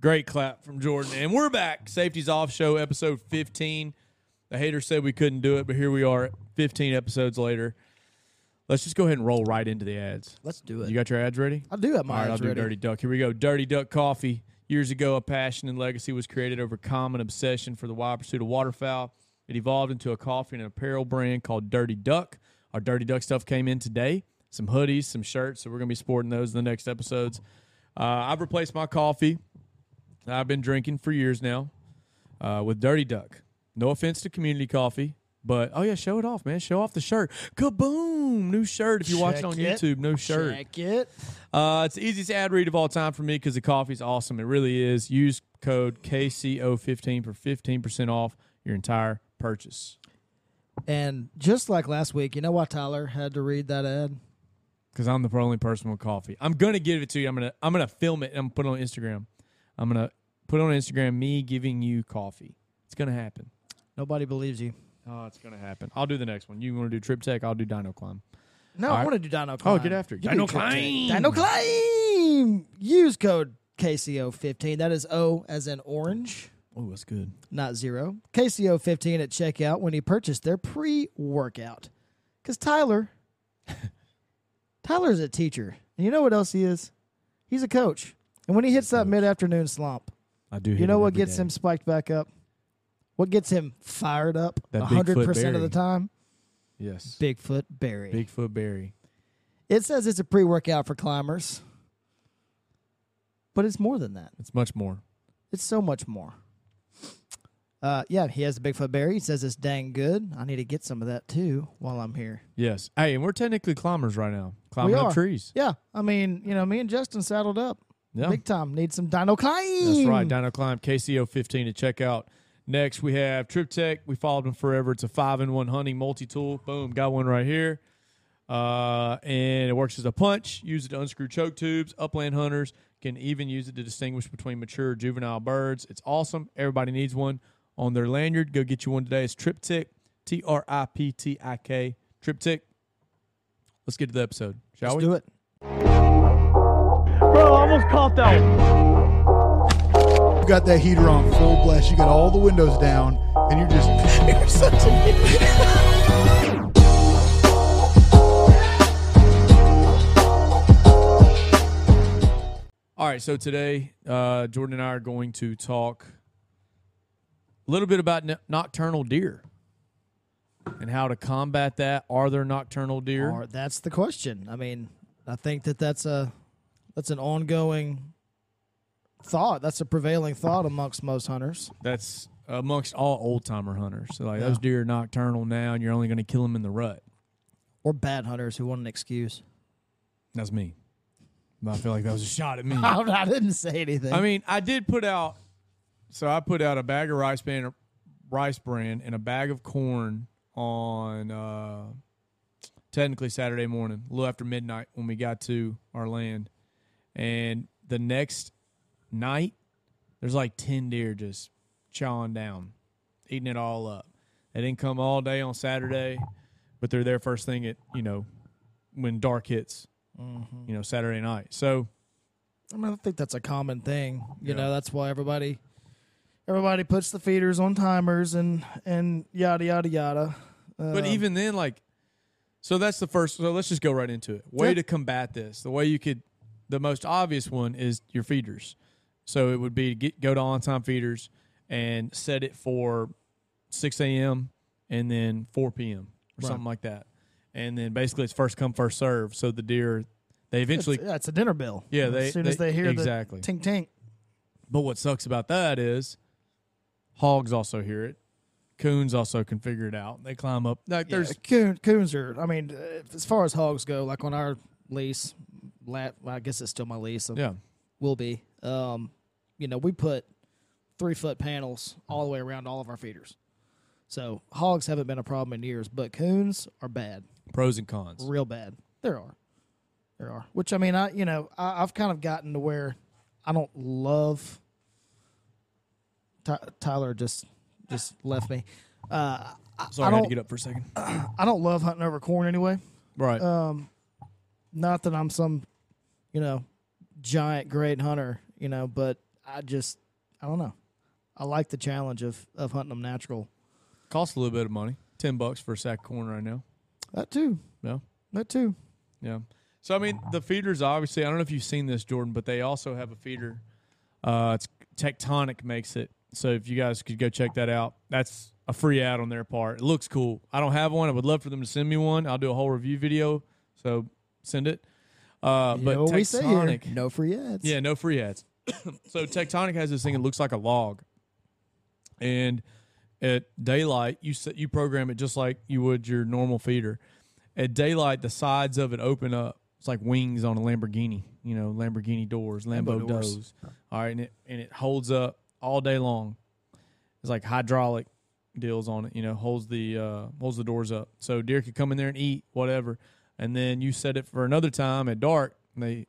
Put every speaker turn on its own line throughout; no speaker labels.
Great clap from Jordan. And we're back. Safety's Off Show, episode 15. The hater said we couldn't do it, but here we are 15 episodes later. Let's just go ahead and roll right into the ads.
Let's do it.
You got your ads ready?
I do have my
All right,
ads
I'll do
ready.
Dirty Duck. Here we go. Dirty Duck Coffee. Years ago, a passion and legacy was created over common obsession for the wild pursuit of waterfowl. It evolved into a coffee and apparel brand called Dirty Duck. Our Dirty Duck stuff came in today. Some hoodies, some shirts. So we're going to be sporting those in the next episodes. Uh, I've replaced my coffee that I've been drinking for years now uh, with Dirty Duck. No offense to Community Coffee, but oh yeah, show it off, man. Show off the shirt. Kaboom! New shirt. If you watch it
Check
on
it.
YouTube, no shirt.
Check it.
Uh, it's the easiest ad read of all time for me because the coffee's awesome. It really is. Use code KCO15 for 15% off your entire purchase.
And just like last week, you know why Tyler had to read that ad?
Because I'm the only person with coffee. I'm gonna give it to you. I'm gonna I'm gonna film it and I'm put it on Instagram. I'm gonna put it on Instagram me giving you coffee. It's gonna happen.
Nobody believes you.
Oh, it's gonna happen. I'll do the next one. You want to do Trip Tech? I'll do Dino Climb.
No,
All
I
right.
want to do Dino Climb.
Oh, get after it.
You
Dino
do Trip Tech.
Climb.
Dino Climb. Use code KCO15. That is O as in orange,
Oh, that's good.
not zero. KCO15 at checkout when you purchase their pre workout. Because Tyler, Tyler's a teacher. And you know what else he is? He's a coach. And when he hits that mid afternoon slump,
I do.
You know what gets him spiked back up? What gets him fired up
That
a 100%
Bigfoot
of the
berry.
time?
Yes.
Bigfoot Berry.
Bigfoot Barry.
It says it's a pre workout for climbers, but it's more than that.
It's much more.
It's so much more. Uh, yeah, he has the Bigfoot Berry. He says it's dang good. I need to get some of that too while I'm here.
Yes. Hey, and we're technically climbers right now. Climbing
We
up
are.
trees.
Yeah, I mean, you know, me and Justin saddled up
Yeah.
big time. Need some Dino Climb.
That's right. Dino Climb KCO 15 to check out. Next, we have Trip Tech. We followed them forever. It's a five in one hunting multi tool. Boom, got one right here. Uh, and it works as a punch. Use it to unscrew choke tubes. Upland hunters can even use it to distinguish between mature and juvenile birds. It's awesome. Everybody needs one on their lanyard. Go get you one today. It's Trip Tech, T R I P T I K. Trip Tech. Let's get to the episode, shall
Let's
we?
do it.
Bro, I almost coughed out.
You got that heater on full blast. You got all the windows down, and you're just
All right, so today uh, Jordan and I are going to talk a little bit about n- nocturnal deer and how to combat that. Are there nocturnal deer?
Or that's the question. I mean, I think that that's a that's an ongoing thought. That's a prevailing thought amongst most hunters.
That's amongst all old timer hunters. So like
Yeah.
those deer are nocturnal now, and you're only going to kill them in the rut.
Or bad hunters who want an excuse.
That's me. But I feel like that was a shot at me.
I, I didn't say anything.
I mean, I did put out. So I put out a bag of rice bran, rice bran, and a bag of corn on uh, technically Saturday morning, a little after midnight when we got to our land. And the next night, there's like ten deer just chawing down, eating it all up. They didn't come all day on Saturday, but they're there first thing at you know when dark hits, you know Saturday night. So
I mean, I think that's a common thing. You know, that's why everybody everybody puts the feeders on timers and and yada yada yada. Uh,
But even then, like, so that's the first. So let's just go right into it. Way
Yeah.
to combat this. The way you could, the most obvious one is your feeders. So it would be to get go to on time feeders and set it for six a.m. and then four p.m. or something like that. And then basically it's first come first serve. So the deer, they
it's,
eventually.
yeah, it's a dinner bill.
Yeah, they-
as soon as
they-
they hear
exactly.
the tink tink.
But what sucks about that is, hogs also hear it. Coons also can figure it out. They climb up. Like
There's
there's
coon, coons are. I mean, uh, as far as hogs go, like on our lease, la- well, I guess it's still my lease. So
yeah.
will be. Um, you know, we put three foot panels all the way around all of our feeders. So hogs haven't been a problem in years, but coons are bad,
pros and cons.
real bad. There are, there are. Which I mean, I you know, I, I've kind of gotten to where I don't love. Ty- Tyler just just left me. Uh, I,
Sorry, I,
I
had to
don't.
get up for a second.
I don't love hunting over corn anyway.
Right.
Uh, not that I'm some, you know, giant great hunter, you know, but I just I don't know. I like the challenge of of hunting them natural.
Costs a little bit of money. Ten bucks for a sack of corn right now.
That too.
No.
That too.
Yeah. So I mean, the feeders obviously. I don't know if you've seen this, Jordan, but they also have a feeder. Uh, it's Tectonic makes it. So if you guys could go check that out, that's a free ad on their part. It looks cool. I don't have one. I would love for them to send me one. I'll do a whole review video. So send it. Uh,
You
but
know what we say here.
Tectonic,
no free ads.
yeah, no free ads. so Tectonic has this thing. It looks like a log, and at daylight, you set, you program it just like you would your normal feeder. At daylight, the sides of it open up. It's like wings on a Lamborghini. You know, Lamborghini doors, Lambo,
Lambo doors.
doors. All right, and it and it holds up all day long. It's like hydraulic deals on it. You know, holds the uh, holds the doors up, so deer could come in there and eat whatever. And then you set it for another time at dark, and they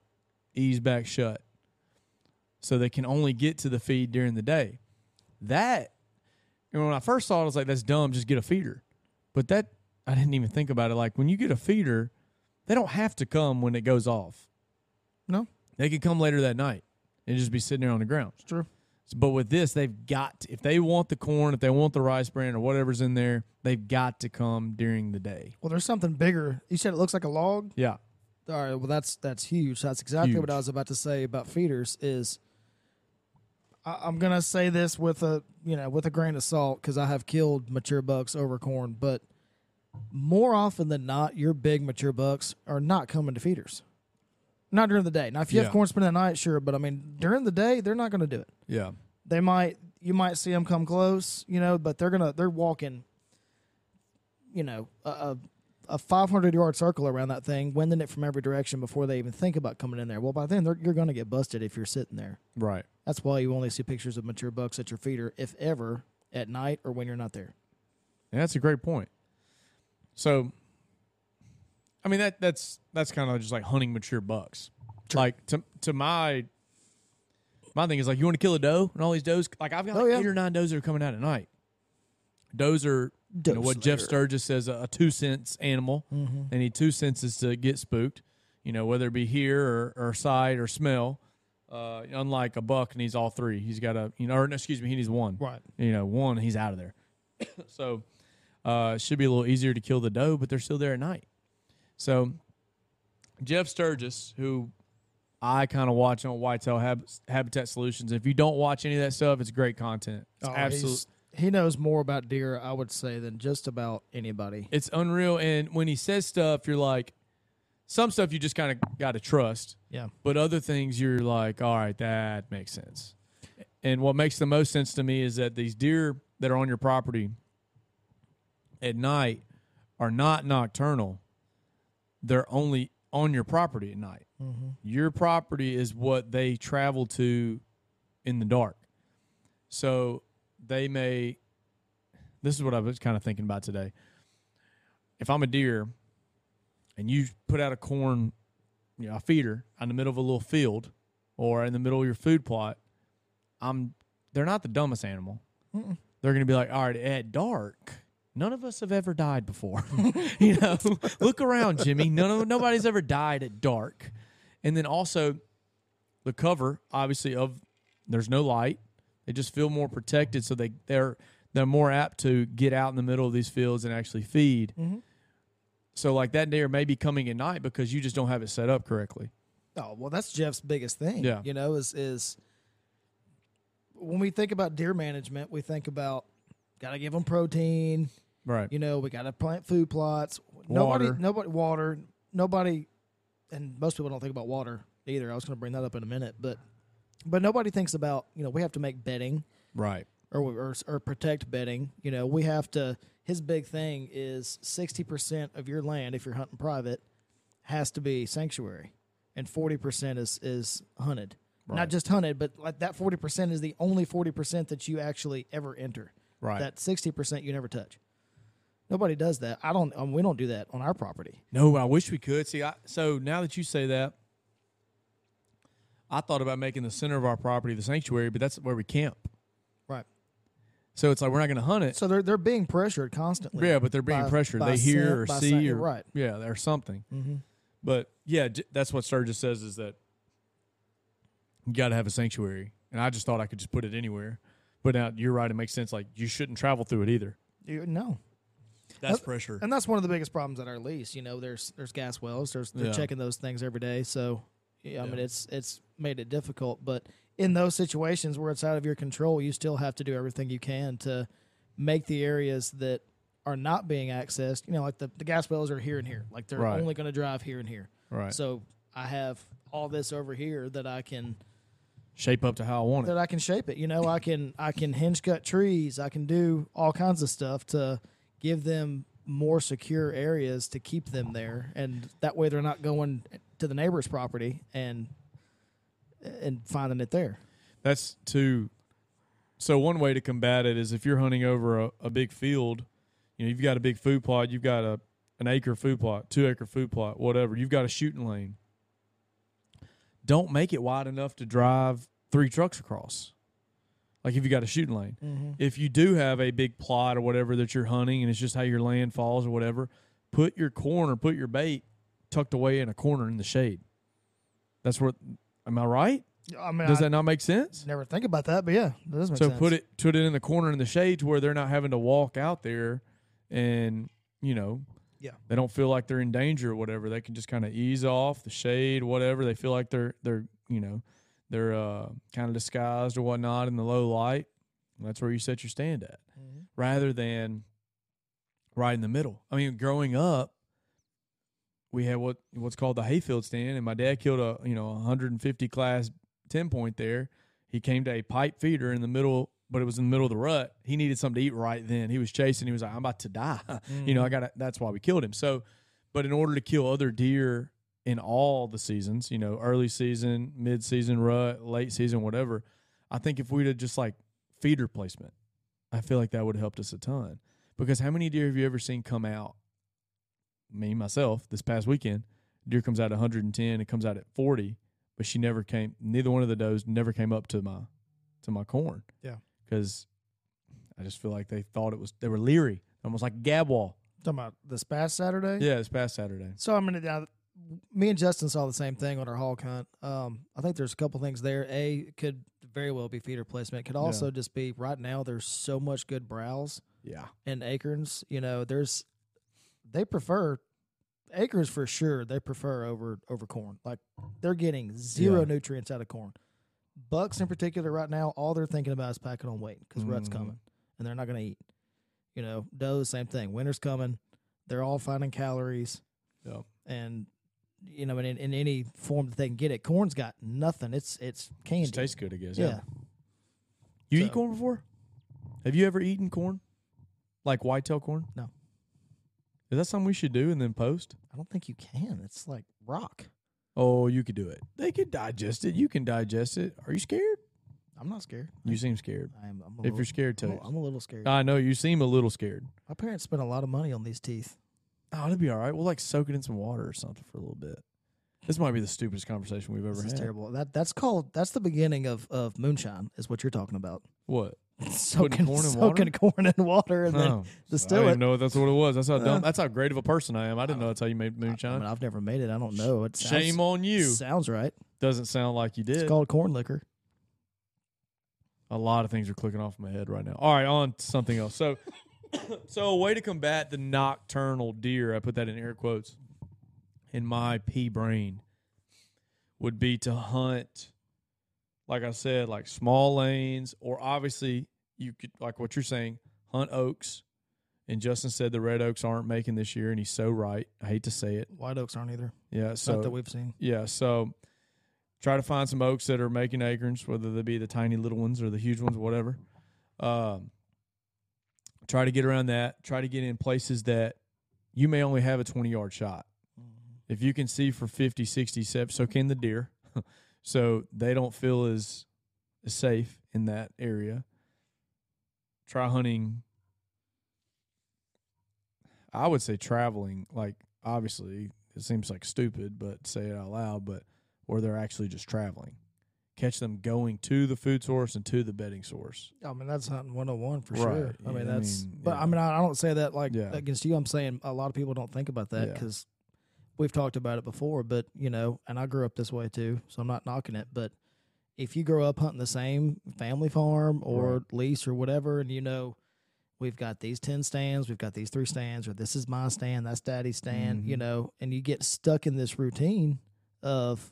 ease back shut so they can only get to the feed during the day. That, and when I first saw it, I was like, that's dumb, just get a feeder. But that, I didn't even think about it. Like, when you get a feeder, they don't have to come when it goes off.
No.
They could come later that night and just be sitting there on the ground.
It's true.
But with this, they've got to, if they want the corn, if they want the rice bran or whatever's in there, they've got to come during the day.
Well, there's something bigger. You said it looks like a log.
Yeah.
All right. Well, that's that's huge. That's exactly what
Huge.
I was about to say about feeders. Is I, I'm gonna say this with a you know with a grain of salt because I have killed mature bucks over corn, but more often than not, your big mature bucks are not coming to feeders. Not during the day. Now, if you
Yeah.
have corn spent the night, sure, but I mean during the day, they're not gonna do it.
Yeah.
They might you might see them come close, you know, but they're gonna they're walking, you know, a a, a 500 yard circle around that thing, winding it from every direction before they even think about coming in there. Well, by then they're, you're gonna get busted if you're sitting there.
Right.
That's why you only see pictures of mature bucks at your feeder, if ever, at night or when you're not there.
Yeah, that's a great point. So, I mean that that's that's kind of just like hunting mature bucks. Like to to my my thing is like you want to kill a doe and all these does like I've got
Oh,
like
yeah.
eight or nine does that are coming out at night. Does are you know,
Doe
what Jeff
slayer.
Sturgis says a, a two cents animal. They need two senses to get spooked. You know whether it be hear or, or sight or smell. Uh, unlike a buck needs all three. He's got a you know or no, excuse me he needs one.
Right.
You know one he's out of there. So uh, it should be a little easier to kill the doe, but they're still there at night. So Jeff Sturgis, who I kind of watch on Whitetail Hab- Habitat Solutions, if you don't watch any of that stuff, it's great content.
Oh,
It's absolutely,
He knows more about deer, I would say, than just about anybody.
it's unreal. And when he says stuff, you're like, some stuff you just kind of got to trust,
Yeah.
but other things you're like, all right, that makes sense. And what makes the most sense to me is that these deer that are on your property at night are not nocturnal. They're only on your property at night. Your property is what they travel to in the dark. So they may, this is what I was kind of thinking about today. If I'm a deer and you put out a corn, you know, a feeder in the middle of a little field or in the middle of your food plot, I'm, they're not the dumbest animal. They're going to be like, all right, at dark, none of us have ever died before. you know, look around, Jimmy. None of, nobody's ever died at dark. And then also, the cover obviously of there's no light they just feel more protected so they they're they're more apt to get out in the middle of these fields and actually feed so like that deer may be coming at night because you just don't have it set up correctly
Oh well, that's Jeff's biggest thing.
Yeah.
you know, is is when we think about deer management, we think about got to give them protein.
right
You know, we got to plant food plots. Nobody,
Water.
nobody, water, nobody, and most people don't think about water either. I was going to bring that up in a minute, but but nobody thinks about you know we have to make bedding
right
or or, or protect bedding. You know, we have to. His big thing is sixty percent of your land, if you're hunting private, has to be sanctuary, and forty percent is is hunted. Not just hunted, but like that forty percent is the only forty percent that you actually ever enter.
Right.
That sixty percent you never touch. Nobody does that. I don't. Um, we don't do that on our property.
no i wish we could see I, so now that you say that i thought about making the center of our property the sanctuary but that's where we camp
Right.
so it's like we're not going to hunt it
So they're they're being pressured constantly.
Yeah, but they're being
by-
pressured.
by
They hear
scent,
or
by
see
scent.
or
right. Mm-hmm.
yeah, or something. But yeah, j- that's what Sturgis says is that you got to have a sanctuary and I just thought I could just put it anywhere. But now you're right; it makes sense. Like you shouldn't travel through it either.
You, no,
That's
Uh,
pressure.
and that's one of the biggest problems at our lease. You know, there's there's gas wells. There's they're
Yeah.
checking those things every day. So yeah, I
Yeah.
mean it's it's made it difficult. But in those situations where it's out of your control, you still have to do everything you can to make the areas that are not being accessed. You know, like the, the gas wells are here and here. Like they're
Right.
only going to drive here and here.
Right.
So I have all this over here that I can
Shape up to how I want it.
that I can shape it. You know, I can I can hinge cut trees. I can do all kinds of stuff to give them more secure areas to keep them there, and that way they're not going to the neighbor's property and and finding it there.
That's to. So one way to combat it is if you're hunting over a, a big field, you know you've got a big food plot, you've got a an acre food plot, two acre food plot, whatever. You've got a shooting lane. Don't make it wide enough to drive three trucks across. Like if you got a shooting lane, if you do have a big plot or whatever that you're hunting, and it's just how your land falls or whatever, put your corn or put your bait tucked away in a corner in the shade. That's where. Am I right?
I mean,
Does
I
that not make sense?
never think about that, but yeah, that does make
so
sense.
put it put it in the corner in the shade to where they're not having to walk out there and you know
Yeah.
they don't feel like they're in danger or whatever they can just kind of ease off the shade whatever they feel like they're they're you know they're uh, kind of disguised or whatnot in the low light And that's where you set your stand at
Mm-hmm.
rather than right in the middle i mean growing up we had what what's called the hayfield stand and my dad killed a you know 150 class 10 point there he came to a pipe feeder in the middle, but it was in the middle of the rut. He needed something to eat right then. He was chasing. He was like, "I'm about to die." You know, I got. to That's why we killed him. So, but in order to kill other deer in all the seasons, you know, early season, mid season rut, late season, whatever, I think if we'd have just like feeder placement, I feel like that would have helped us a ton. Because how many deer have you ever seen come out? Me myself this past weekend, deer comes out at 110. It comes out at 40 but she never came. Neither one of the does never came up to my to my corn.
Yeah.
because I just feel like they thought it was they were leery, almost like a gab wall.
Talking about this past Saturday.
Yeah, it's past Saturday.
So I'm gonna. Now, uh, me and Justin saw the same thing on our hog hunt. Um, I think there's a couple things there. A it could very well be feeder placement. Could also just be right now. There's so much good browse
Yeah,
and acorns. You know, there's they prefer acorns for sure. They prefer over over corn. Like they're getting zero
Yeah.
nutrients out of corn. Bucks in particular right now, all they're thinking about is packing on weight because rut's
Mhm.
coming and they're not going to eat. You know, does same thing. Winter's coming. They're all finding calories.
Yep.
And you know, and in, in any form that they can get it, corn's got nothing. It's it's candy.
it tastes good, I guess.
yeah.
Yeah, you
So-
eat corn before? Have you ever eaten corn, like whitetail corn?
No.
Is that something we should do and then post?
I don't think you can. It's like rock.
Oh, you could do it. They could digest it. You can digest it. Are you scared?
I'm not scared.
You seem scared.
I am. I'm a
If
little,
you're scared,
I'm a-
Tate.
Oh, I'm a little scared.
I know you seem a little scared.
My parents spent a lot of money on these teeth.
Oh, it'll be all right. We'll like soak it in some water or something for a little bit. This might be the stupidest conversation we've ever
This
had.
is terrible. That that's called that's the beginning of of moonshine is what you're talking about.
What?
Soaking
corn in
soaking corn in water and then
Oh. I
distill
didn't
it.
know that's what it was. That's how dumb. That's how great of a person I am. I didn't know that's how you made
Uh. I
moonshine.
mean, I've never made it. I don't know. It sounds,
Shame on you.
Sounds right.
Doesn't sound like you
It's
did.
called corn liquor.
A lot of things are clicking off my head right now. All right, on to something else. So, so a way to combat the nocturnal deer, I put that in air quotes, in my pea brain, would be to hunt, like I said, like small lanes, or obviously you could, like what you're saying, hunt oaks. And Justin said the red oaks aren't making this year, and he's so right. I hate to say it.
White oaks aren't either.
Yeah,
It's
so
not that we've seen.
yeah, so try to find some oaks that are making acorns, whether they be the tiny little ones or the huge ones, whatever. Um, try to get around that. Try to get in places that you may only have a 20 yard shot. If you can see for 50, 60, 70, so can the deer. so they don't feel as, as safe in that area. Try hunting. I would say traveling, like obviously it seems like stupid, but say it out loud, but where they're actually just traveling. Catch them going to the food source and to the bedding source.
I mean, that's hunting 101 for
Right.
sure.
Yeah,
I
I
mean, that's,
mean,
but
yeah.
I mean, I, I don't say that like
Yeah.
against you. I'm saying a lot of people don't think about that
Yeah.
because we've talked about it before, but you know, and I grew up this way too, so I'm not knocking it. But if you grow up hunting the same family farm or lease or whatever, and you know, we've got these 10 stands, we've got these three stands, or this is my stand, that's daddy's stand,
Mm-hmm.
you know, and you get stuck in this routine of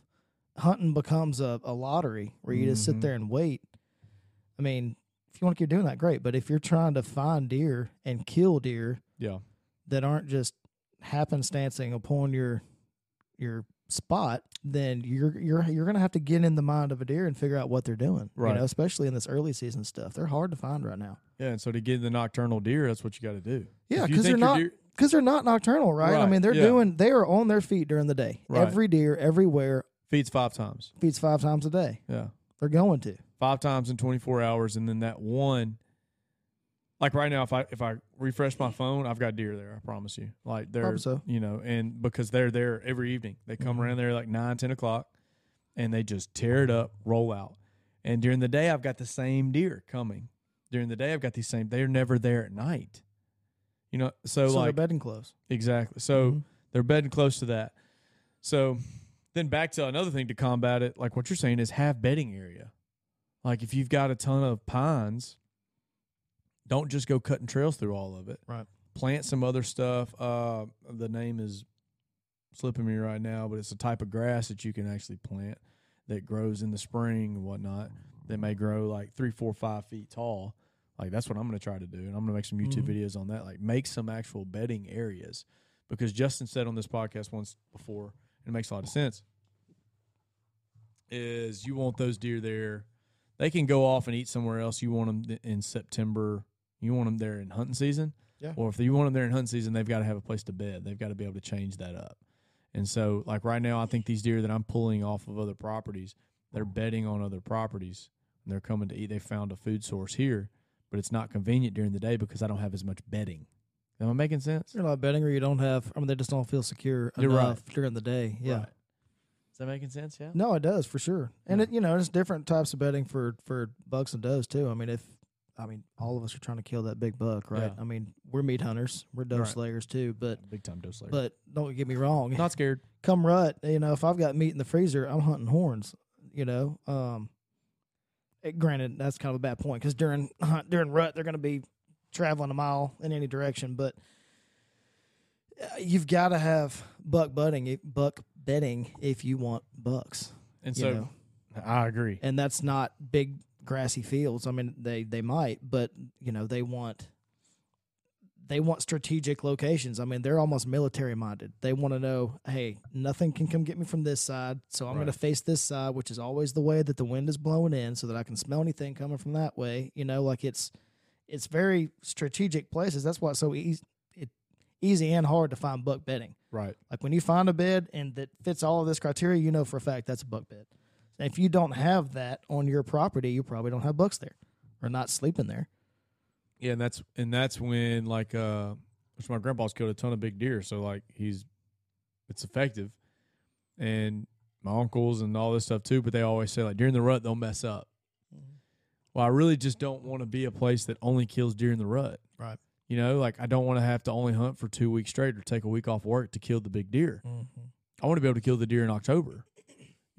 hunting becomes a, a lottery where you just sit
Mhm.
there and wait. I mean, if you want to keep doing that, great. But if you're trying to find deer and kill deer
Yeah.
that aren't just happenstancing upon your your spot, then you're you're you're gonna have to get in the mind of a deer and figure out what they're doing.
Right.
You know, especially in this early season stuff. They're hard to find right now.
Yeah. And so to get the nocturnal deer, that's what you got to do.
Yeah,
If you
because they're
think your
not
deer-
because they're not nocturnal, right? I
Right,
mean, they're
yeah.
doing they are on their feet during the day.
Right.
Every deer, everywhere,
feeds five times.
feeds five times a day.
Yeah.
They're going to.
Five times in 24 hours. And then that one, like right now, if I, if I refresh my phone, I've got deer there. I promise you. Like they're,
Hope so. Mm-hmm.
you know, and because they're there every evening, they come around there like nine, 10 o'clock and they just tear it up, roll out. And during the day, I've got the same deer coming. During the day, I've got these same, they're never there at night. You know, so, like,
So they're Mm-hmm. bedding clothes.
Exactly. So they're bedding close to that. So then back to another thing to combat it, like what you're saying is have bedding area. Like if you've got a ton of pines, don't just go cutting trails through all of it.
Right.
Plant some other stuff. Uh, the name is slipping me right now, but it's a type of grass that you can actually plant that grows in the spring and whatnot. That may grow like three, four, five feet tall. Like that's what I'm going to try to do, and I'm going to make some YouTube
Mhm.
videos on that. Like make some actual bedding areas, because Justin said on this podcast once before, and it makes a lot of sense. Is you want those deer there? They can go off and eat somewhere else. You want them in September. You want them there in hunting season.
Yeah.
Or if you want them there in hunting season, they've got to have a place to bed. They've got to be able to change that up. And so, like right now, I think these deer that I'm pulling off of other properties, they're bedding on other properties and they're coming to eat. They found a food source here, but it's not convenient during the day because I don't have as much bedding. Am I making sense?
You're not bedding or you don't have I mean they just don't feel secure
You're right.
enough during the day. Yeah.
Right. Is that making sense? Yeah.
No, it does for sure, and
Yeah.
it you know it's different types of bedding for for bucks and does too. I mean, if I mean all of us are trying to kill that big buck, right?
Yeah.
I mean we're meat hunters, we're dove
Right.
slayers too, but
Big time dose layer.
but don't get me wrong,
not scared.
come rut, you know if I've got meat in the freezer, I'm hunting horns, you know. Um, eh, granted that's kind of a bad point because during hunt during rut they're going to be traveling a mile in any direction, but uh, you've got to have buck budding, eh, buck betting if you want bucks.
And
you
so
know.
I agree.
and that's not big grassy fields. I mean, they they might, but you know, they want they want strategic locations. I mean, they're almost military minded. They want to know, hey, nothing can come get me from this side, so I'm going
Right.
to face this side, which is always the way that the wind is blowing in, so that I can smell anything coming from that way. You know, like it's it's very strategic places. That's why it's so easy it easy and hard to find buck bedding.
Right.
Like when you find a bed and that fits all of this criteria, you know for a fact that's a buck bed. And if you don't have that on your property, you probably don't have bucks there or not sleeping there.
Yeah, and that's and that's when like uh which my grandpa's killed a ton of big deer, so like he's it's effective. And my uncles and all this stuff too, but they always say like during the rut they'll mess up. Well, I really just don't want to be a place that only kills deer in the rut.
Right.
You know, like I don't want to have to only hunt for two weeks straight or take a week off work to kill the big deer.
Mm-hmm.
I want to be able to kill the deer in October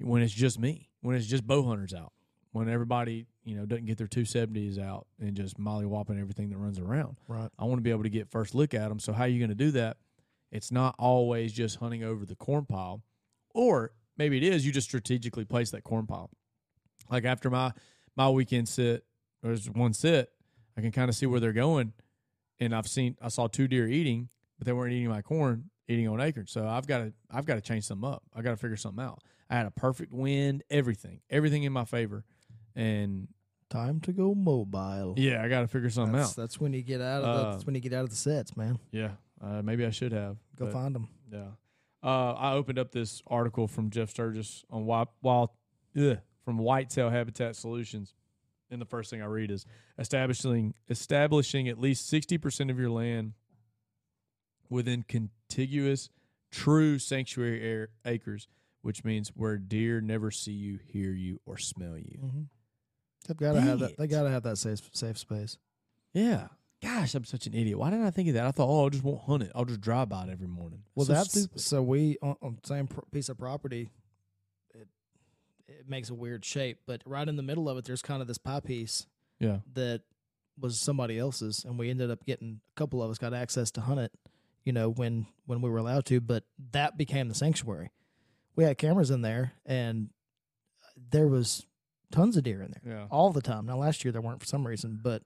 when it's just me, when it's just bow hunters out, when everybody, you know, doesn't get their 270s out and just molly whopping everything that runs around.
Right.
I want to be able to get first look at them. So, how are you going to do that? It's not always just hunting over the corn pile, or maybe it is you just strategically place that corn pile. Like after my my weekend sit, there's one sit, I can kind of see where they're going, and I've seen I saw two deer eating, but they weren't eating my corn, eating on acreage. So I've got to I've got to change something up. I got to figure something out. I had a perfect wind, everything, everything in my favor, and
Time to go mobile.
yeah, I got to figure something
that's,
out.
that's when you get out of the,
Uh,
that's when you get out of the sets, man.
Yeah, uh, maybe I should have
Go
but-
find 'em.
Yeah. Uh, I opened up this article from Jeff Sturgis on wild, wild ugh, from Whitetail Habitat Solutions, and the first thing I read is establishing establishing at least sixty percent of your land within contiguous true sanctuary air, acres, which means where deer never see you, hear you, or smell you.
Mm-hmm. They've got to have
Dang
that. They
it.
got to have that safe safe space.
Yeah. Gosh, I'm such an idiot. Why didn't I think of that? I thought, oh, I just won't hunt it. I'll just drive by it every morning.
Well,
So
that's
stupid.
so we on, on the same pro- piece of property. It it makes a weird shape. But right in the middle of it, there's kind of this pie piece
Yeah.
that was somebody else's, and we ended up getting a couple of us got access to hunt it. You know when when we were allowed to, but that became the sanctuary. We had cameras in there, and there was tons of deer in there
Yeah.
all the time. Now last year there weren't for some reason, but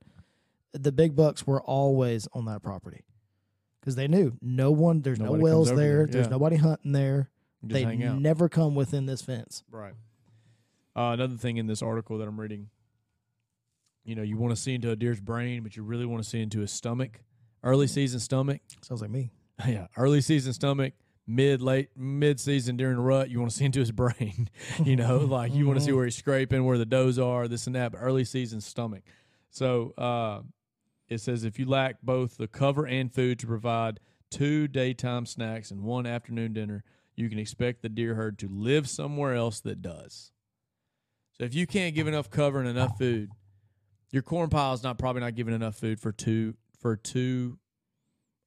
the big bucks were always on that property because they knew no one. There's
Nobody
no
comes
wells
over
there.
there,
There's
yeah.
nobody hunting there.
Just
they
hang out.
never come within this fence.
Right. Uh, another thing in this article that I'm reading, you know, you want to see into a deer's brain, but you really want to see into his stomach. Early season stomach,
Sounds like me.
yeah. Early season stomach, mid late mid season during the rut, you want to see into his brain. you know, like you want to see where he's scraping, where the does are, this and that. But early season stomach. So uh, it says if you lack both the cover and food to provide two daytime snacks and one afternoon dinner, you can expect the deer herd to live somewhere else that does. So if you can't give enough cover and enough food, your corn pile is not probably not giving enough food for two for two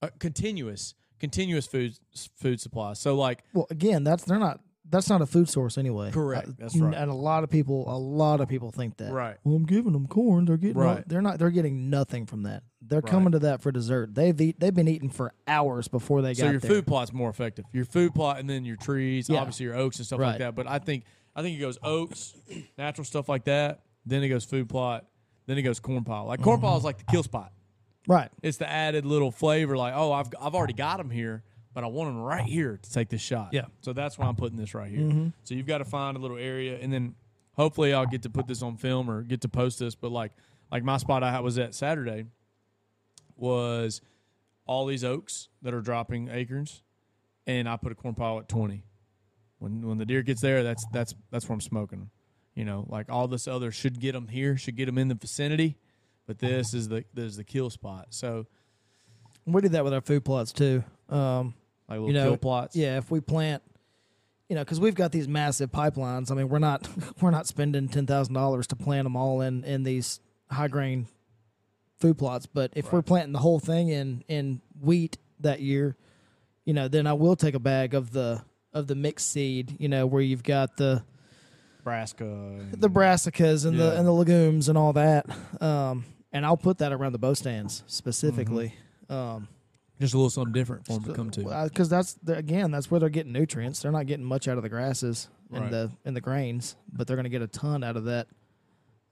uh, continuous continuous food food supply. So like
Well, again, that's they're not. That's not a food source anyway.
Correct.
Uh,
That's right.
And a lot of people, a lot of people think that.
Right.
Well, I'm giving them corn. They're getting.
Right.
all- they're not. They're getting nothing from that. They're
Right.
coming to that for dessert. They've eat, They've been eating for hours before they
so
got
your
there.
food plot's more effective. Your food plot and then your trees,
Yeah.
obviously your oaks and stuff like
Right.
that. But I think I think it goes oaks, natural stuff like that. Then it goes food plot. Then it goes corn pile. Like
Mm-hmm.
corn pile is like the kill spot.
Right.
It's the added little flavor. Like oh, I've I've already got them here, but I want them right here to take this shot.
Yeah.
So that's why I'm putting this right here. So you've got to find a little area, and then hopefully I'll get to put this on film or get to post this. But like like my spot I was at Saturday was all these oaks that are dropping acorns, and I put a corn pile at twenty. When when the deer gets there, that's that's that's where I'm smoking them. You know, like all this other should get them here, should get them in the vicinity, but this is the this is the kill spot. So
We did that with our food plots too. Um,
like little
you know,
kill plots.
Yeah, if we plant, you know, because we've got these massive pipelines. I mean, we're not we're not spending ten thousand dollars to plant them all in in these high grain food plots. But if we're planting the whole thing in in wheat that year, you know, then I will take a bag of the of the mixed seed. You know, where you've got the
Nebraska. and-
the brassicas and the
Yeah.
and the legumes and all that. Um, and I'll put that around the bow stands specifically.
Mm-hmm.
Um,
just a little something different for them to come to.
because uh, that's the, again that's where they're getting nutrients. They're not getting much out of the grasses and
Right.
the and the grains, but they're going to get a ton out of that.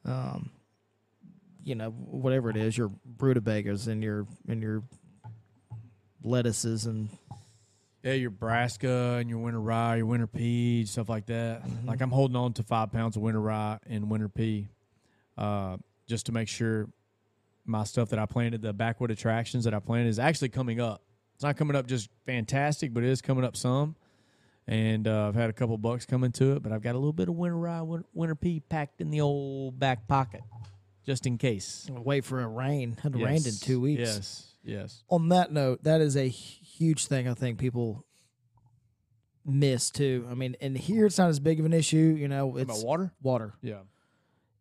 Um, you know, whatever it is, your rutabagas and your and your lettuces and
Yeah, your Brassica and your winter rye, your winter pea, stuff like that.
Mm-hmm.
Like I'm holding on to five pounds of winter rye and winter pea, uh, just to make sure my stuff that I planted, the backwood attractions that I planted, is actually coming up. It's not coming up just fantastic, but it is coming up some. And uh, I've had a couple bucks come into it, but I've got a little bit of winter rye, win- winter pea packed in the old back pocket, just in case.
wait for a rain. Had rained in
Yes,
two weeks.
Yes, yes.
On that note, that is a huge thing I think people miss too. I mean, and here it's not as big of an issue. You know,
about
it's
water?
water.
Yeah.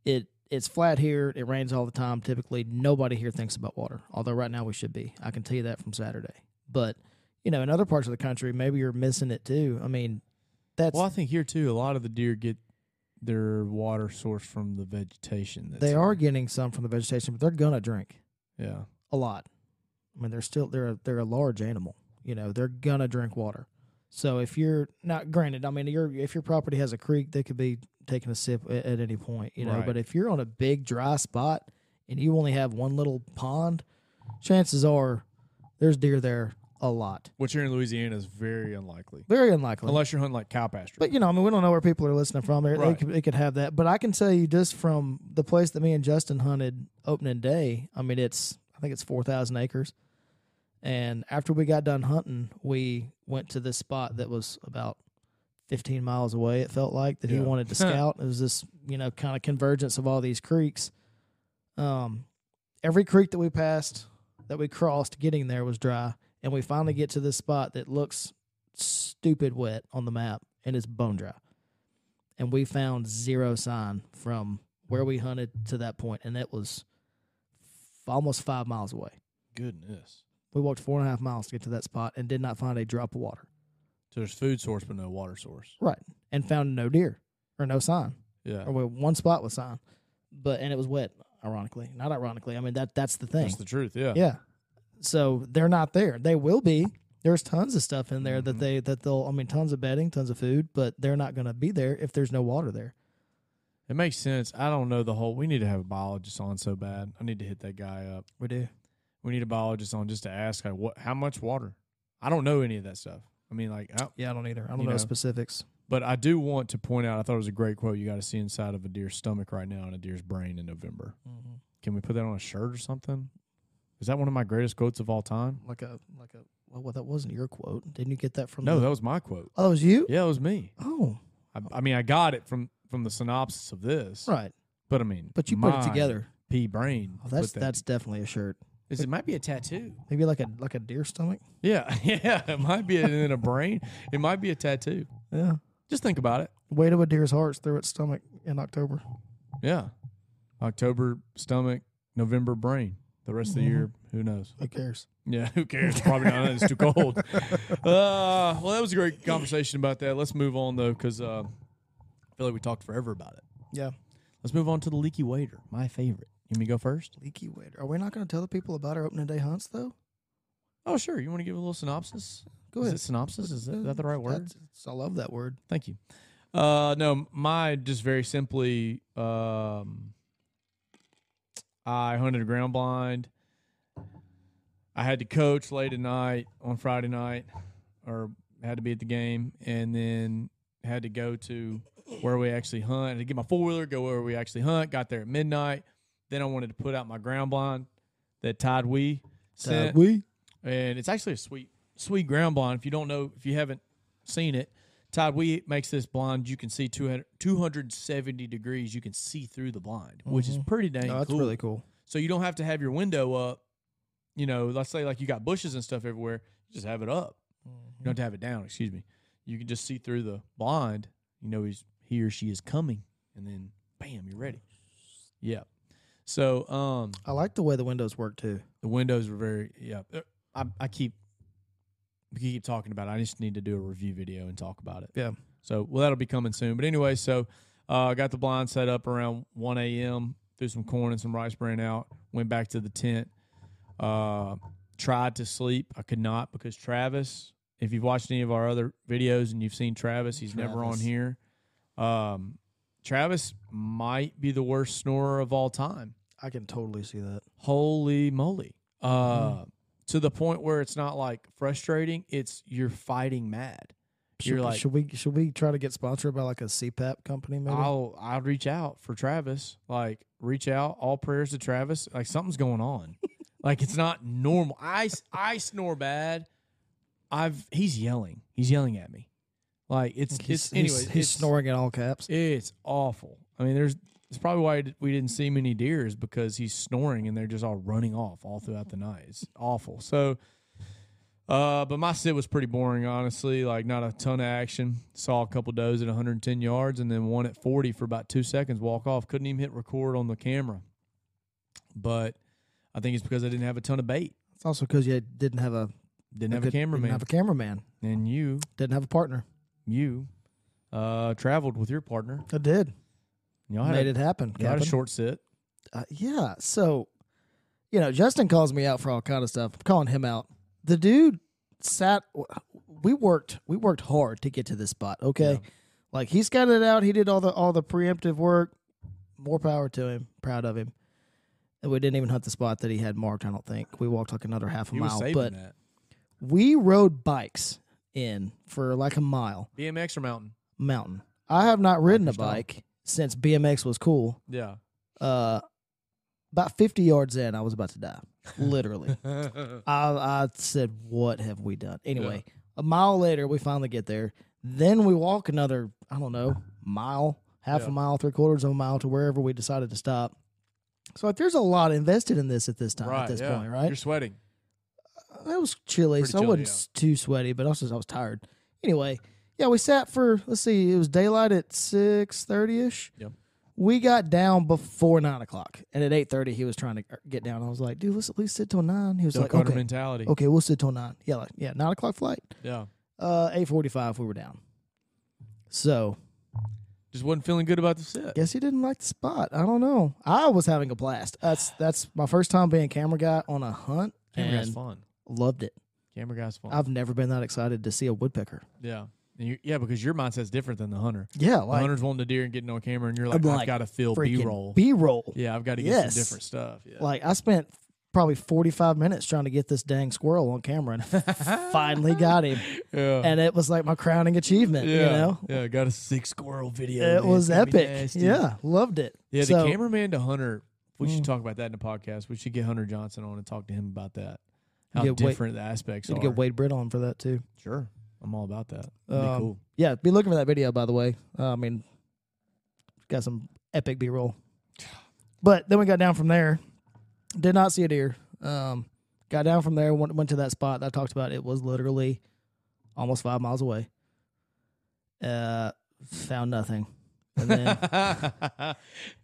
it it's flat here. It rains all the time. Typically, nobody here thinks about water. Although right now we should be. I can tell you that from Saturday. But you know, in other parts of the country, maybe you're missing it too. I mean, that's
Well, I think here too, a lot of the deer get their water source from the vegetation. That's
they are getting some from the vegetation, but they're gonna drink
yeah,
a lot. I mean, they're still they're a, they're a large animal. You know, they're gonna drink water. So if you're not granted, I mean, your if your property has a creek, they could be taking a sip at, at any point. You know,
Right.
but if you're on a big dry spot and you only have one little pond, chances are there's deer there a lot.
which here in Louisiana is very unlikely,
Very unlikely.
unless you're hunting like cow pasture.
But you know, I mean, we don't know where people are listening from. They, they,
Right.
could, they could have that. But I can tell you just from the place that me and Justin hunted opening day. I mean, it's I think it's four thousand acres. And after we got done hunting, we went to this spot that was about fifteen miles away. It felt like that he
Yeah.
wanted to scout. it was this you know kind of convergence of all these creeks. Um, every creek that we passed, that we crossed, getting there was dry, and we finally get to this spot that looks stupid wet on the map and it's bone dry. And we found zero sign from where we hunted to that point, and that was f- almost five miles away.
Goodness,
We walked four and a half miles to get to that spot and did not find a drop of water.
so there's food source but no water source.
Right. And found no deer. or no sign
Yeah.
or well, one spot was sign, but and it was wet. Ironically, not ironically. I mean that that's the thing.
That's the truth. Yeah.
yeah. So they're not there. They will be. There's tons of stuff in there
Mm-hmm.
that they that they'll. I mean, tons of bedding, tons of food, but they're not going to be there if there's no water there.
It makes sense. I don't know the whole. We need to have a biologist on so bad. I need to hit that guy up.
We do.
We need a biologist on just to ask like, what, how much water. I don't know any of that stuff. I mean, like, I,
Yeah, I don't either. I don't
You
know,
know.
specifics.
but I do want to point out. I thought it was a great quote. You got to see inside of a deer's stomach right now and a deer's brain in November.
Mm-hmm.
Can we put that on a shirt or something? Is that one of my greatest quotes of all time?
Like a like a well, well, that wasn't your quote. Didn't you get that from?
No,
The,
that was my quote.
oh, it was you.
Yeah, it was me.
Oh,
I, I mean, I got it from from the synopsis of this,
right.
but I mean,
But you put it
my
together.
P brain.
Oh, that's
put that-
that's definitely a shirt.
is it might be a tattoo.
Maybe like a like a deer stomach.
Yeah, yeah. It might be in a brain. It might be a tattoo.
Yeah.
Just think about it.
Way to a deer's hearts through its stomach in October.
Yeah. October stomach, November brain. The rest of
Mm-hmm.
the year, who knows?
Who cares?
Yeah, who cares? Probably not. It's too cold. Uh, well, that was a great conversation about that. Let's move on though, because uh, I feel like we talked forever about it.
Yeah.
Let's move on to the leaky waiter, my favorite. You want me to go first?
Leaky waiter. Are we not going to tell the people about our opening day hunts though?
Oh, sure. You want to give a little synopsis?
Go
Is
ahead.
it synopsis? Is that, is that the right word?
That's- I love that word.
Thank you. Uh, no, my just very simply, um, I hunted a ground blind. I had to coach late at night on Friday night, or had to be at the game, and then had to go to where we actually hunt. I had to get my four wheeler, go where we actually hunt. Got there at midnight. Then I wanted to put out my ground blind that Todd Wee sent
we
and it's actually a sweet sweet ground blind if you don't know if you haven't seen it todd we makes this blind you can see 200, 270 degrees you can see through the blind which is pretty dang
Mm-hmm. No, that's
cool
really cool.
so you don't have to have your window up you know let's say like you got bushes and stuff everywhere you just have it up you don't
Mm-hmm.
have to have it down excuse me you can just see through the blind you know he's he or she is coming and then bam you're ready yeah so um
I like the way the windows work too.
the windows were very yeah. Uh, I, I keep we keep talking about it. I just need to do a review video and talk about it.
Yeah.
So well that'll be coming soon. But anyway, so uh I got the blind set up around one AM, threw some corn and some rice bran out, went back to the tent, uh tried to sleep. I could not because Travis, if you've watched any of our other videos and you've seen Travis, he's never on
Travis.
here. Um Travis might be the worst snorer of all time
I can totally see that.
holy moly uh
Mm-hmm.
to the point where it's not like frustrating it's you're fighting mad You're
Should,
like-
should we should we try to get sponsored by like a CPAP company? Maybe
i'll i'll reach out for travis like reach out all prayers to travis like something's going on like it's not normal i s- I snore bad i've he's yelling he's yelling at me like it's
he's,
it's anyway
he's, he's
it's,
snoring in all caps.
it's awful i mean there's it's probably why we didn't see many deers because he's snoring and they're just all running off all throughout the night it's awful so Uh, but my sit was pretty boring, honestly. Like not a ton of action. Saw a couple does at 110 yards, and then one at 40 for about two seconds. Walk off. Couldn't even hit record on the camera. But I think it's because I didn't have a ton of bait.
It's also because you didn't have a
Didn't have
good-
a cameraman.
Didn't have a cameraman.
and you,
Didn't have a partner.
you, uh, traveled with your partner.
I did.
Y'all had,
Made
a,
it happen.
y'all had a
Captain.
short sit.
uh, yeah. So, you know, Justin calls me out for all kind of stuff. I'm calling him out. The dude sat. We worked. We worked hard to get to this spot. Okay, like he's got it out. He did all the all the preemptive work. More power to him. Proud of him. And we didn't even hunt the spot that he had marked. I don't think we walked like another half a
You were
mile,
saving
but
that.
we rode bikes in for like a mile
BMX or mountain?
mountain. I have not ridden a
Style.
bike since BMX was cool
Yeah.
uh, about 50 yards in, I was about to die. Literally. I, I said, What have we done? Anyway, a mile later, we finally get there. Then we walk another, I don't know, mile, half
Yeah.
a mile, three quarters of a mile to wherever we decided to stop. So like, there's a lot invested in this at this time,
right.
at this
yeah.
point, right?
You're sweating.
It was chilly,
Pretty
so
chilly,
I wasn't
yeah.
s- too sweaty, but also I was tired. Anyway, yeah, we sat for let's see, it was daylight at six thirty ish.
Yep.
We got down before nine o'clock, and at eight thirty he was trying to er, get down. I was like, dude, let's at least sit till nine. He was
Duck
like,
hunter
okay,
mentality.
okay, we'll sit till nine. Yeah, like, yeah, nine o'clock flight.
Yeah.
Uh, eight forty five we were down. So
Just wasn't feeling good about the set.
Guess he didn't like the spot. I don't know. I was having a blast. That's that's my first time being camera guy on a hunt,
Camera guy's
and
fun.
loved it.
Camera guy's fun.
I've never been that excited to see a woodpecker.
yeah. And you, yeah, because your mindset's different than the hunter.
Yeah,
the
like
hunter's wanting the deer and getting on camera, and you're like,
I'm
I've
like,
got to fill
freaking
B-roll.
B-roll.
yeah, I've got to get
Yes.
some different stuff. Yeah.
Like I spent probably forty five minutes trying to get this dang squirrel on camera, and finally got him.
yeah.
And it was like my crowning achievement.
yeah.
You know,
Yeah, got a six squirrel video.
it
man.
was
It's gonna be
epic.
nasty.
Yeah, loved it.
Yeah, the
So, Mm.
cameraman to Hunter. We should talk about that in the podcast. We should get Hunter Johnson on and talk to him about that. How
Yeah, wait-
different the aspects
Need
are.
to get Wade Britt on for that too.
Sure, I'm all about that. That'd
Um,
be cool.
Yeah, be looking for that video, by the way. Uh, I mean, got some epic B roll. But then we got down from there. Did not see a deer. Um, got down from there, went, went to that spot that I talked about. It was literally almost five miles away. Uh, found nothing. And then,
Found that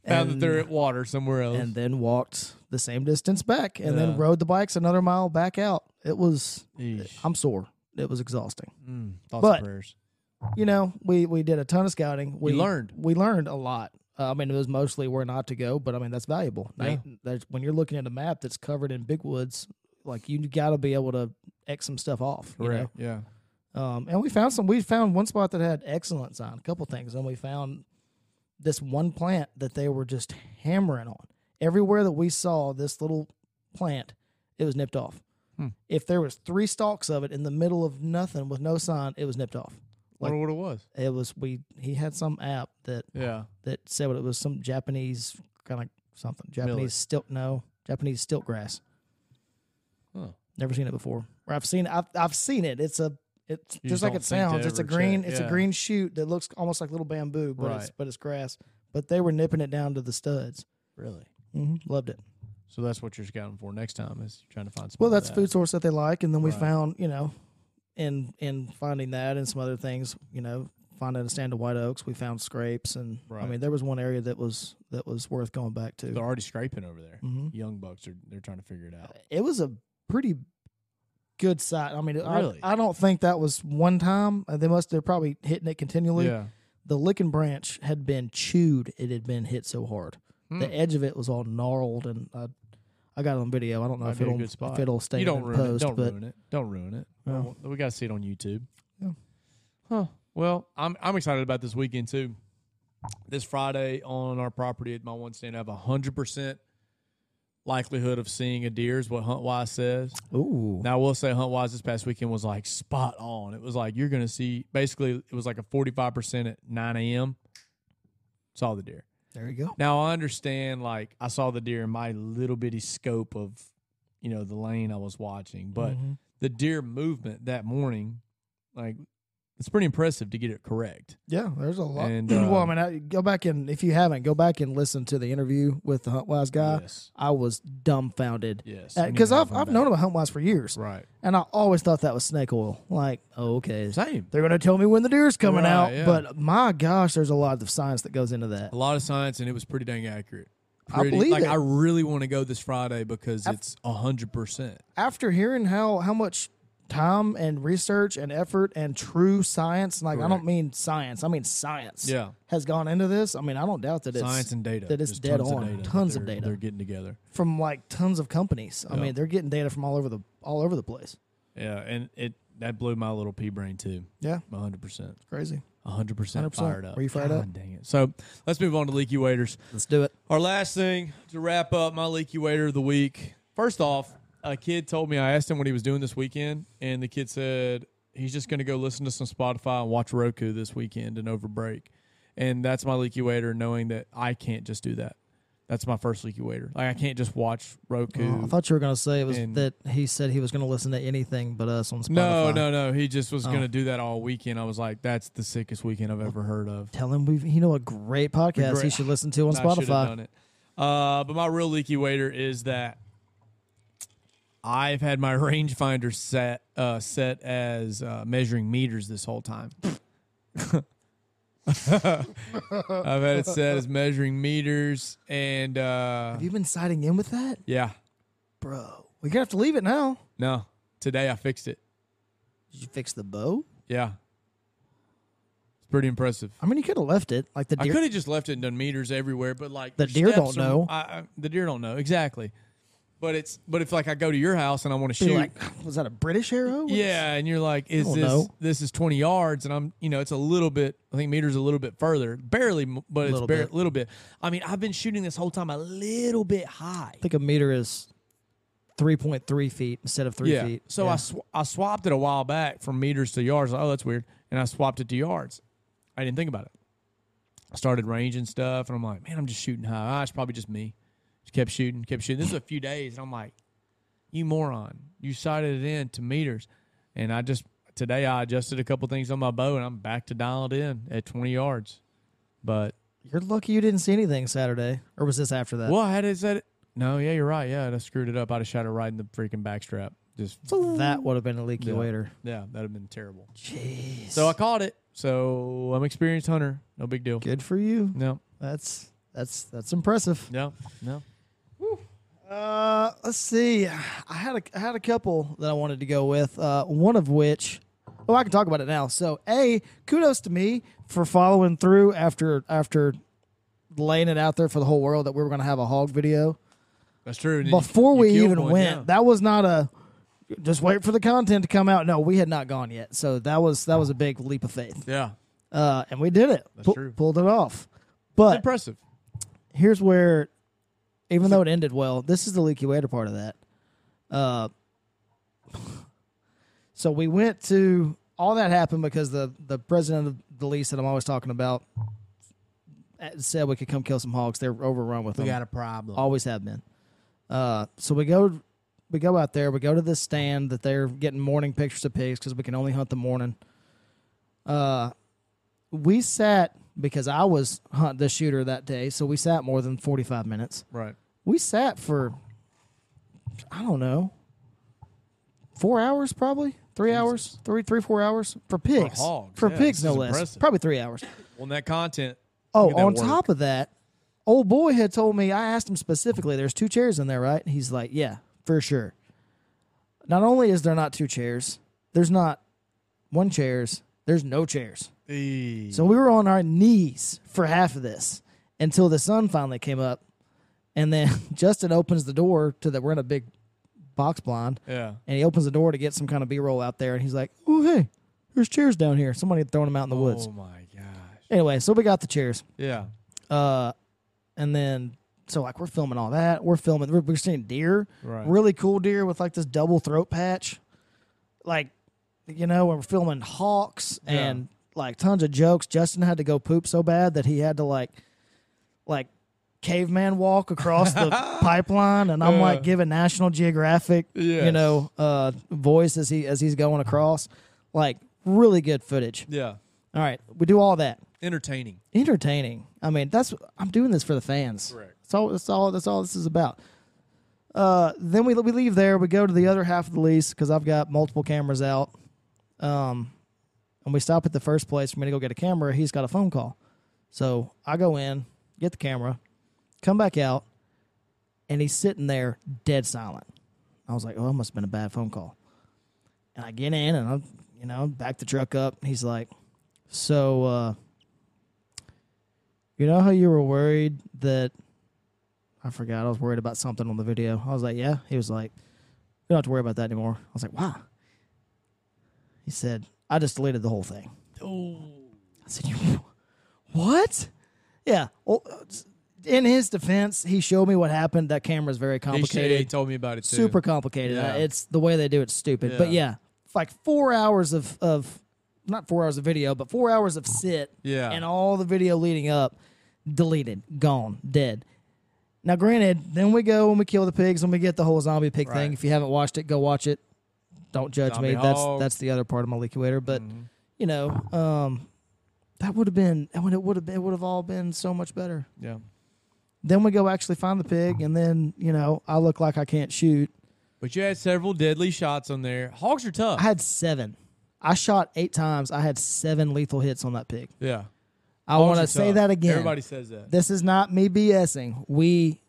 and-
they're at water somewhere else.
and then walked the same distance back and
Yeah.
then rode the bikes another mile back out. It was,
Eesh.
I'm sore. It was exhausting.
Mm, thoughts
but-
and prayers.
you know, we we did a ton of scouting. We
learned.
We learned a lot. Uh, I mean, it was mostly where not to go, but I mean that's valuable.
Yeah.
Now, that's- when you're looking at a map that's covered in big woods, like you got to be able to x some stuff off. you know?
Correct. Yeah.
Um, and we found some. We found one spot that had excellent sign, a couple things, and we found this one plant that they were just hammering on. Everywhere that we saw this little plant, it was nipped off.
Hmm.
If there was three stalks of it in the middle of nothing with no sign, it was nipped off Like-
Wonder what it was.
it was we he had some app that
Yeah.
that said what it was some Japanese kind of something Japanese
Millet.
stilt no Japanese stilt grass.
Huh.
Never seen it before. Or I've seen I've I've seen it. It's a it's
You just
just like
don't
it
think to
sounds. It's a
ever
green
check,
it's
yeah.
a green shoot that looks almost like little bamboo, but it's
Right.
but it's grass. But they were nipping it down to the studs.
Really.
hmm Loved it.
So that's what you're scouting for next time is trying to find. some
Well,
of
that's
that.
food source that they like, and then we
Right.
found you know, in in finding that and some other things, you know, finding a stand of white oaks, we found scrapes, and I
Right.
mean, there was one area that was that was worth going back to.
They're already scraping over there.
Mhm.
Young bucks are they're trying to figure it out.
It was a pretty good site. I mean,
Really?
I, I don't think that was one time. Uh, They must they're probably hitting it continually.
Yeah.
The licking branch had been chewed; it had been hit so hard, the
Hmm.
edge of it was all gnarled, and I, I got it on video. I don't know
Might
if
be a
it'll
good spot.
if it'll stay
you don't
in
ruin
post,
it. Don't
but
ruin it. Don't ruin it.
Yeah.
Well, We got to see it on YouTube.
Yeah.
Huh. Well, I'm I'm excited about this weekend too. This Friday on our property at my one stand, I have a hundred percent likelihood of seeing a deer. Is what Hunt Wise says.
ooh,
Now I will say Hunt Wise this past weekend was like spot on. It was like you're gonna see basically it was like a forty five percent at nine AM. Saw the deer.
there you go.
Now I understand like I saw the deer in my little bitty scope of you know the lane I was watching, but
Mhm.
the deer movement that morning, like it's pretty impressive to get it correct.
Yeah, there's a lot.
And,
well,
uh,
I mean, I, go back and if you haven't, go back and listen to the interview with the Huntwise guy.
yes.
I was dumbfounded
Yes. we need
because
to have
Uh, I've
him
I've
back.
known about Huntwise for years,
Right.
and I always thought that was snake oil. Like, okay,
Same.
they're gonna tell me when the deer's coming
Right,
out,
yeah.
but my gosh, there's a lot of science that goes into that.
A lot of science and it was pretty dang accurate.
I
Pretty-
believe
like
it.
I really want to go this Friday because it's a hundred percent.
After hearing how how much time and research and effort and true science, like I
Correct.
don't mean science, I mean science,
Yeah.
has gone into this. I mean, I don't doubt that it's
Science and data.
that it's
There's
dead
tons
on.
Of data that
Tons of
they're-
data.
They're getting together.
from like tons of companies. I
Yeah.
mean, they're getting data from all over the all over the place.
Yeah, and it that blew my little pea brain too.
Yeah,
One hundred percent,
crazy.
one hundred percent
100%.
fired up.
Were you fired
God
up?
Dang it! So let's move on to leaky waiters.
Let's do it.
Our last thing to wrap up my leaky waiter of the week. First off, a kid told me I asked him what he was doing this weekend, and the kid said he's just going to go listen to some Spotify and watch Roku this weekend and over break. And that's my leaky waiter, knowing that I can't just do that. That's my first leaky waiter. Like I can't just watch Roku.
Oh, I thought you were gonna say it was
And-
that he said he was gonna listen to anything but us on Spotify.
No, no, no. He just was
Oh.
going to do that all weekend. I was like, that's the sickest weekend I've ever heard of.
Tell him we you know a great podcast
Great.
he should listen to on
I should've
Spotify.
done it. Uh, but my real leaky waiter is that I've had my rangefinder set uh, set as uh, measuring meters this whole time. I've had it set as measuring meters, and uh,
Have you been siding in with that,
yeah,
bro? We're gonna have to leave it now.
no. Today I fixed it.
Did you fix the bow?
Yeah, pretty impressive.
I mean, you could have left it like the
I could
deer.
have just left it and done meters everywhere, but like
The
your
deer
steps
don't
are-
know.
I, I, the deer don't know exactly. But it's but if like I go to your house and I want to
Be
shoot,
like, was that a British arrow? What is-
yeah, and you're like, is
don't
this
know.
this is 20 yards? And I'm you know it's a little bit. I think meters a little bit further, barely, m- but it's
Little
a bar-
bit.
little bit. I mean, I've been shooting this whole time a little bit high.
I think a meter is three point three feet instead of three
yeah.
feet.
So I
Yeah.
sw- I swapped it a while back from meters to yards. Like, oh, that's weird. And I swapped it to yards. I didn't think about it. I started ranging stuff, and I'm like, man, I'm just shooting high. Ah, it's probably just me. Just kept shooting, kept shooting. This is a few days, and I'm like, you moron, you sighted it in to meters, and I just today I adjusted a couple things on my bow, and I'm back to dialed in at 20 yards. But
you're lucky you didn't see anything Saturday, or was this after that?
well, I had it set. No, yeah, you're right. Yeah, I screwed it up. I'd have shot it right in the freaking backstrap. Just
That would have been a leaky
Yeah.
waiter.
yeah, that'd have been terrible.
Jeez.
So I caught it. So I'm experienced hunter. No big deal.
good for you.
No,
That's that's that's impressive.
no, no.
Uh, let's see. I had a I had a couple that I wanted to go with. Uh, one of which, oh, I can talk about it now. So, a kudos to me for following through after after laying it out there for the whole world that we were going to have a hog video
That's true. And you-
before
you
we
killed
even
one,
went.
yeah.
That was not a just wait for the content to come out. No, we had not gone yet. So that was that was a big leap of faith.
yeah,
Uh, and we did it.
That's
Pu-
true.
Pulled it off. But
impressive.
here's where, even though it ended well, this is the leaky waiter part of that. Uh, so we went to all that happened because the the president of the lease that I'm always talking about uh, said we could come kill some hogs. They're overrun with them.
a problem.
always have been. Uh, so we go we go out there. We go to this stand that they're getting morning pictures of pigs because we can only hunt the morning. Uh, we sat because I was hunt the shooter that day, so we sat more than forty five minutes.
Right.
We sat for I don't know four hours, probably three hours, three three four hours for pigs
hogs, yeah,
pigs
this
no
is
less,
impressive.
probably three hours.
Well, and that content.
Oh,
Look at that
on
work.
top of that, old boy had told me, I asked him specifically, there's two chairs in there, right? And he's like, yeah, for sure. Not only is there not two chairs, there's not one chairs, there's no chairs.
Eee.
So we were on our knees for half of this until the sun finally came up. And then Justin opens the door to that we're in a big box blind
yeah.
and he opens the door to get some kind of B-roll out there and he's like, "Oh, hey, there's chairs down here. Somebody had thrown them out in the woods."
Oh my gosh.
Anyway, so we got the chairs.
Yeah.
Uh, and then so like we're filming all that. We're filming. We're, we're seeing deer,
Right.
really cool deer with like this double throat patch, like you know. We're filming hawks
Yeah.
and like tons of jokes. Justin had to go poop so bad that he had to like, like caveman walk across the pipeline and i'm like giving national geographic you
Yes.
know uh voice as he as he's going across like really good footage
Yeah.
all right we do all that
Entertaining.
entertaining. I mean, that's I'm doing this for the fans.
Correct.
That's all. That's all. That's all this is about. Uh, then we we leave there. We go to the other half of the lease because I've got multiple cameras out. Um, and we stop at the first place for me to go get a camera. He's got a phone call, so I go in, get the camera, come back out, and he's sitting there dead silent. I was like, "Oh, it must have been a bad phone call." And I get in and I, am you know, back the truck up. He's like, "So, uh, you know how you were worried that I forgot I was worried about something on the video. I was like, yeah. He was like, you don't have to worry about that anymore. I was like, why? He said, I just deleted the whole thing. I said, you what? Yeah. Well, uh, in his defense, he showed me what happened. That camera's very
He sh- He
complicated
told me about it too.
super complicated.
Yeah.
Uh, It's the way they do it's stupid. But
Yeah.
yeah, like four hours of of not four hours of video, but four hours of sit.
Yeah.
and all the video leading up, deleted, gone, dead. Now, granted, then we go and we kill the pigs and we get the whole zombie pig thing.
Right.
If you haven't watched it, go watch it. Don't judge me.
Zombie
That's
hog. Mm.
that's the other part of my leaky waiter. But
Mm-hmm.
you know, um, that would have been that would it would have been it would have all been so much better.
Yeah.
Then we go actually find the pig, and then you know I look like I can't shoot.
But you had several deadly shots on there. Hogs are tough.
I had seven. I shot eight times. I had seven lethal hits on that pig.
yeah.
I
Hogs
want
are
to say
tough.
that again.
Everybody says that.
This is not me BSing. We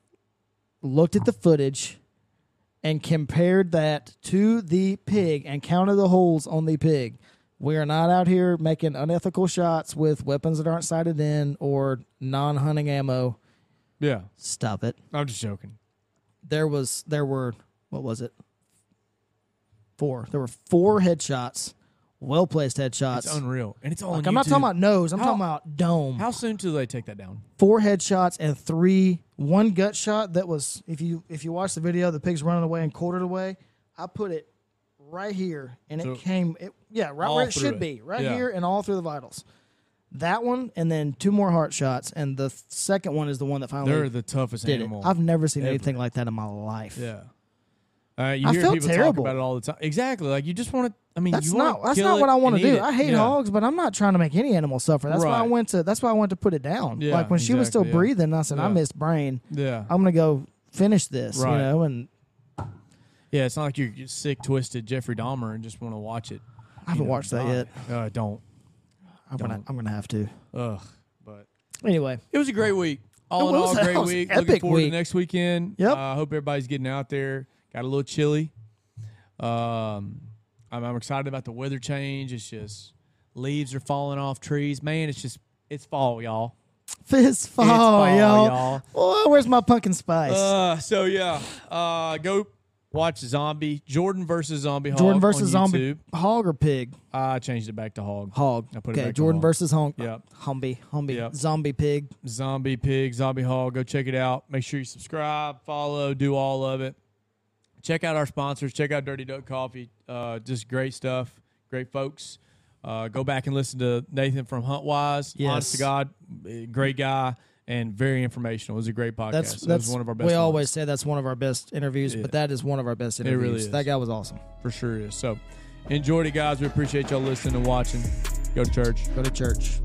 looked at the footage and compared that to the pig and counted the holes on the pig. We are not out here making unethical shots with weapons that aren't sighted in or non hunting ammo.
Yeah,
Stop it.
I'm just joking.
There was there were what was it? Four. There were four headshots, well placed headshots.
It's unreal, and it's all.
Like,
on
I'm not
YouTube.
talking about nose. I'm
How-
talking about dome.
How soon do they take that down?
Four headshots and three one gut shot. That was if you if you watch the video, the pig's running away and quartered away. I put it right here, and
So-
it came. It, yeah, right
All
where it
through
should
it.
be, right
Yeah.
here, and all through the vitals. That one, and then two more heart shots, and the second one is the one that finally
They're the toughest
did
animal.
it. I've never seen
ever.
anything like that in my life.
yeah. Uh, you
I
hear
feel
people
terrible.
talk about it all the time. Exactly. Like you just want to. I mean,
That's
you wanna
not that's
kill
not
it
what I want
and
to
eat
do.
it.
I hate
Yeah.
hogs, but I'm not trying to make any animal suffer. That's why I
Right.
went to that's why I went to put it down.
Yeah,
like when she was still
exactly, yeah.
breathing, I said, I
Yeah.
missed brain.
Yeah.
I'm gonna go finish this,
Right.
you know, and
yeah. It's not like you're you're sick, twisted Jeffrey Dahmer and just want to watch it.
I haven't watched that yet.
Uh, don't.
I'm gonna
Don't.
I'm gonna have to.
Ugh. But Uh,
Anyway,
It was a great week. All
It
in
was.
all,
That
great
was
week.
epic
Looking forward
week.
to next weekend. Uh,
Yep.
I hope everybody's getting out there. Got a little chilly. Um, I'm, I'm excited about the weather change. It's just leaves are falling off trees. Man, it's just it's fall, y'all.
fist fall,
It's fall,
y'all.
y'all.
Oh, where's my pumpkin spice?
Uh, so yeah, uh, go watch Zombie Jordan versus Zombie.
Jordan
Hog
versus
on
zombie
YouTube.
hog or pig?
I changed it back to Hog.
Hog.
I put it
okay,
back to
Jordan
hog.
versus hog.
Yep.
Humby, Humby,
Yep.
zombie pig.
Zombie Pig, Zombie Hall. Go check it out. Make sure you subscribe, follow, do all of it. Check out our sponsors. Check out Dirty Duck Coffee. Uh, just great stuff. Great folks. Uh, go back and listen to Nathan from Huntwise.
Yes.
Honest to God, eh, great guy and very informational. It was a great podcast.
That's
It was
that's
one of our best.
We
ones.
always say that's one of our best interviews, but that is one of our best interviews.
really is.
That guy was awesome.
for sure is. So enjoyed it, guys. We appreciate y'all listening and watching. Go to church.
Go to church.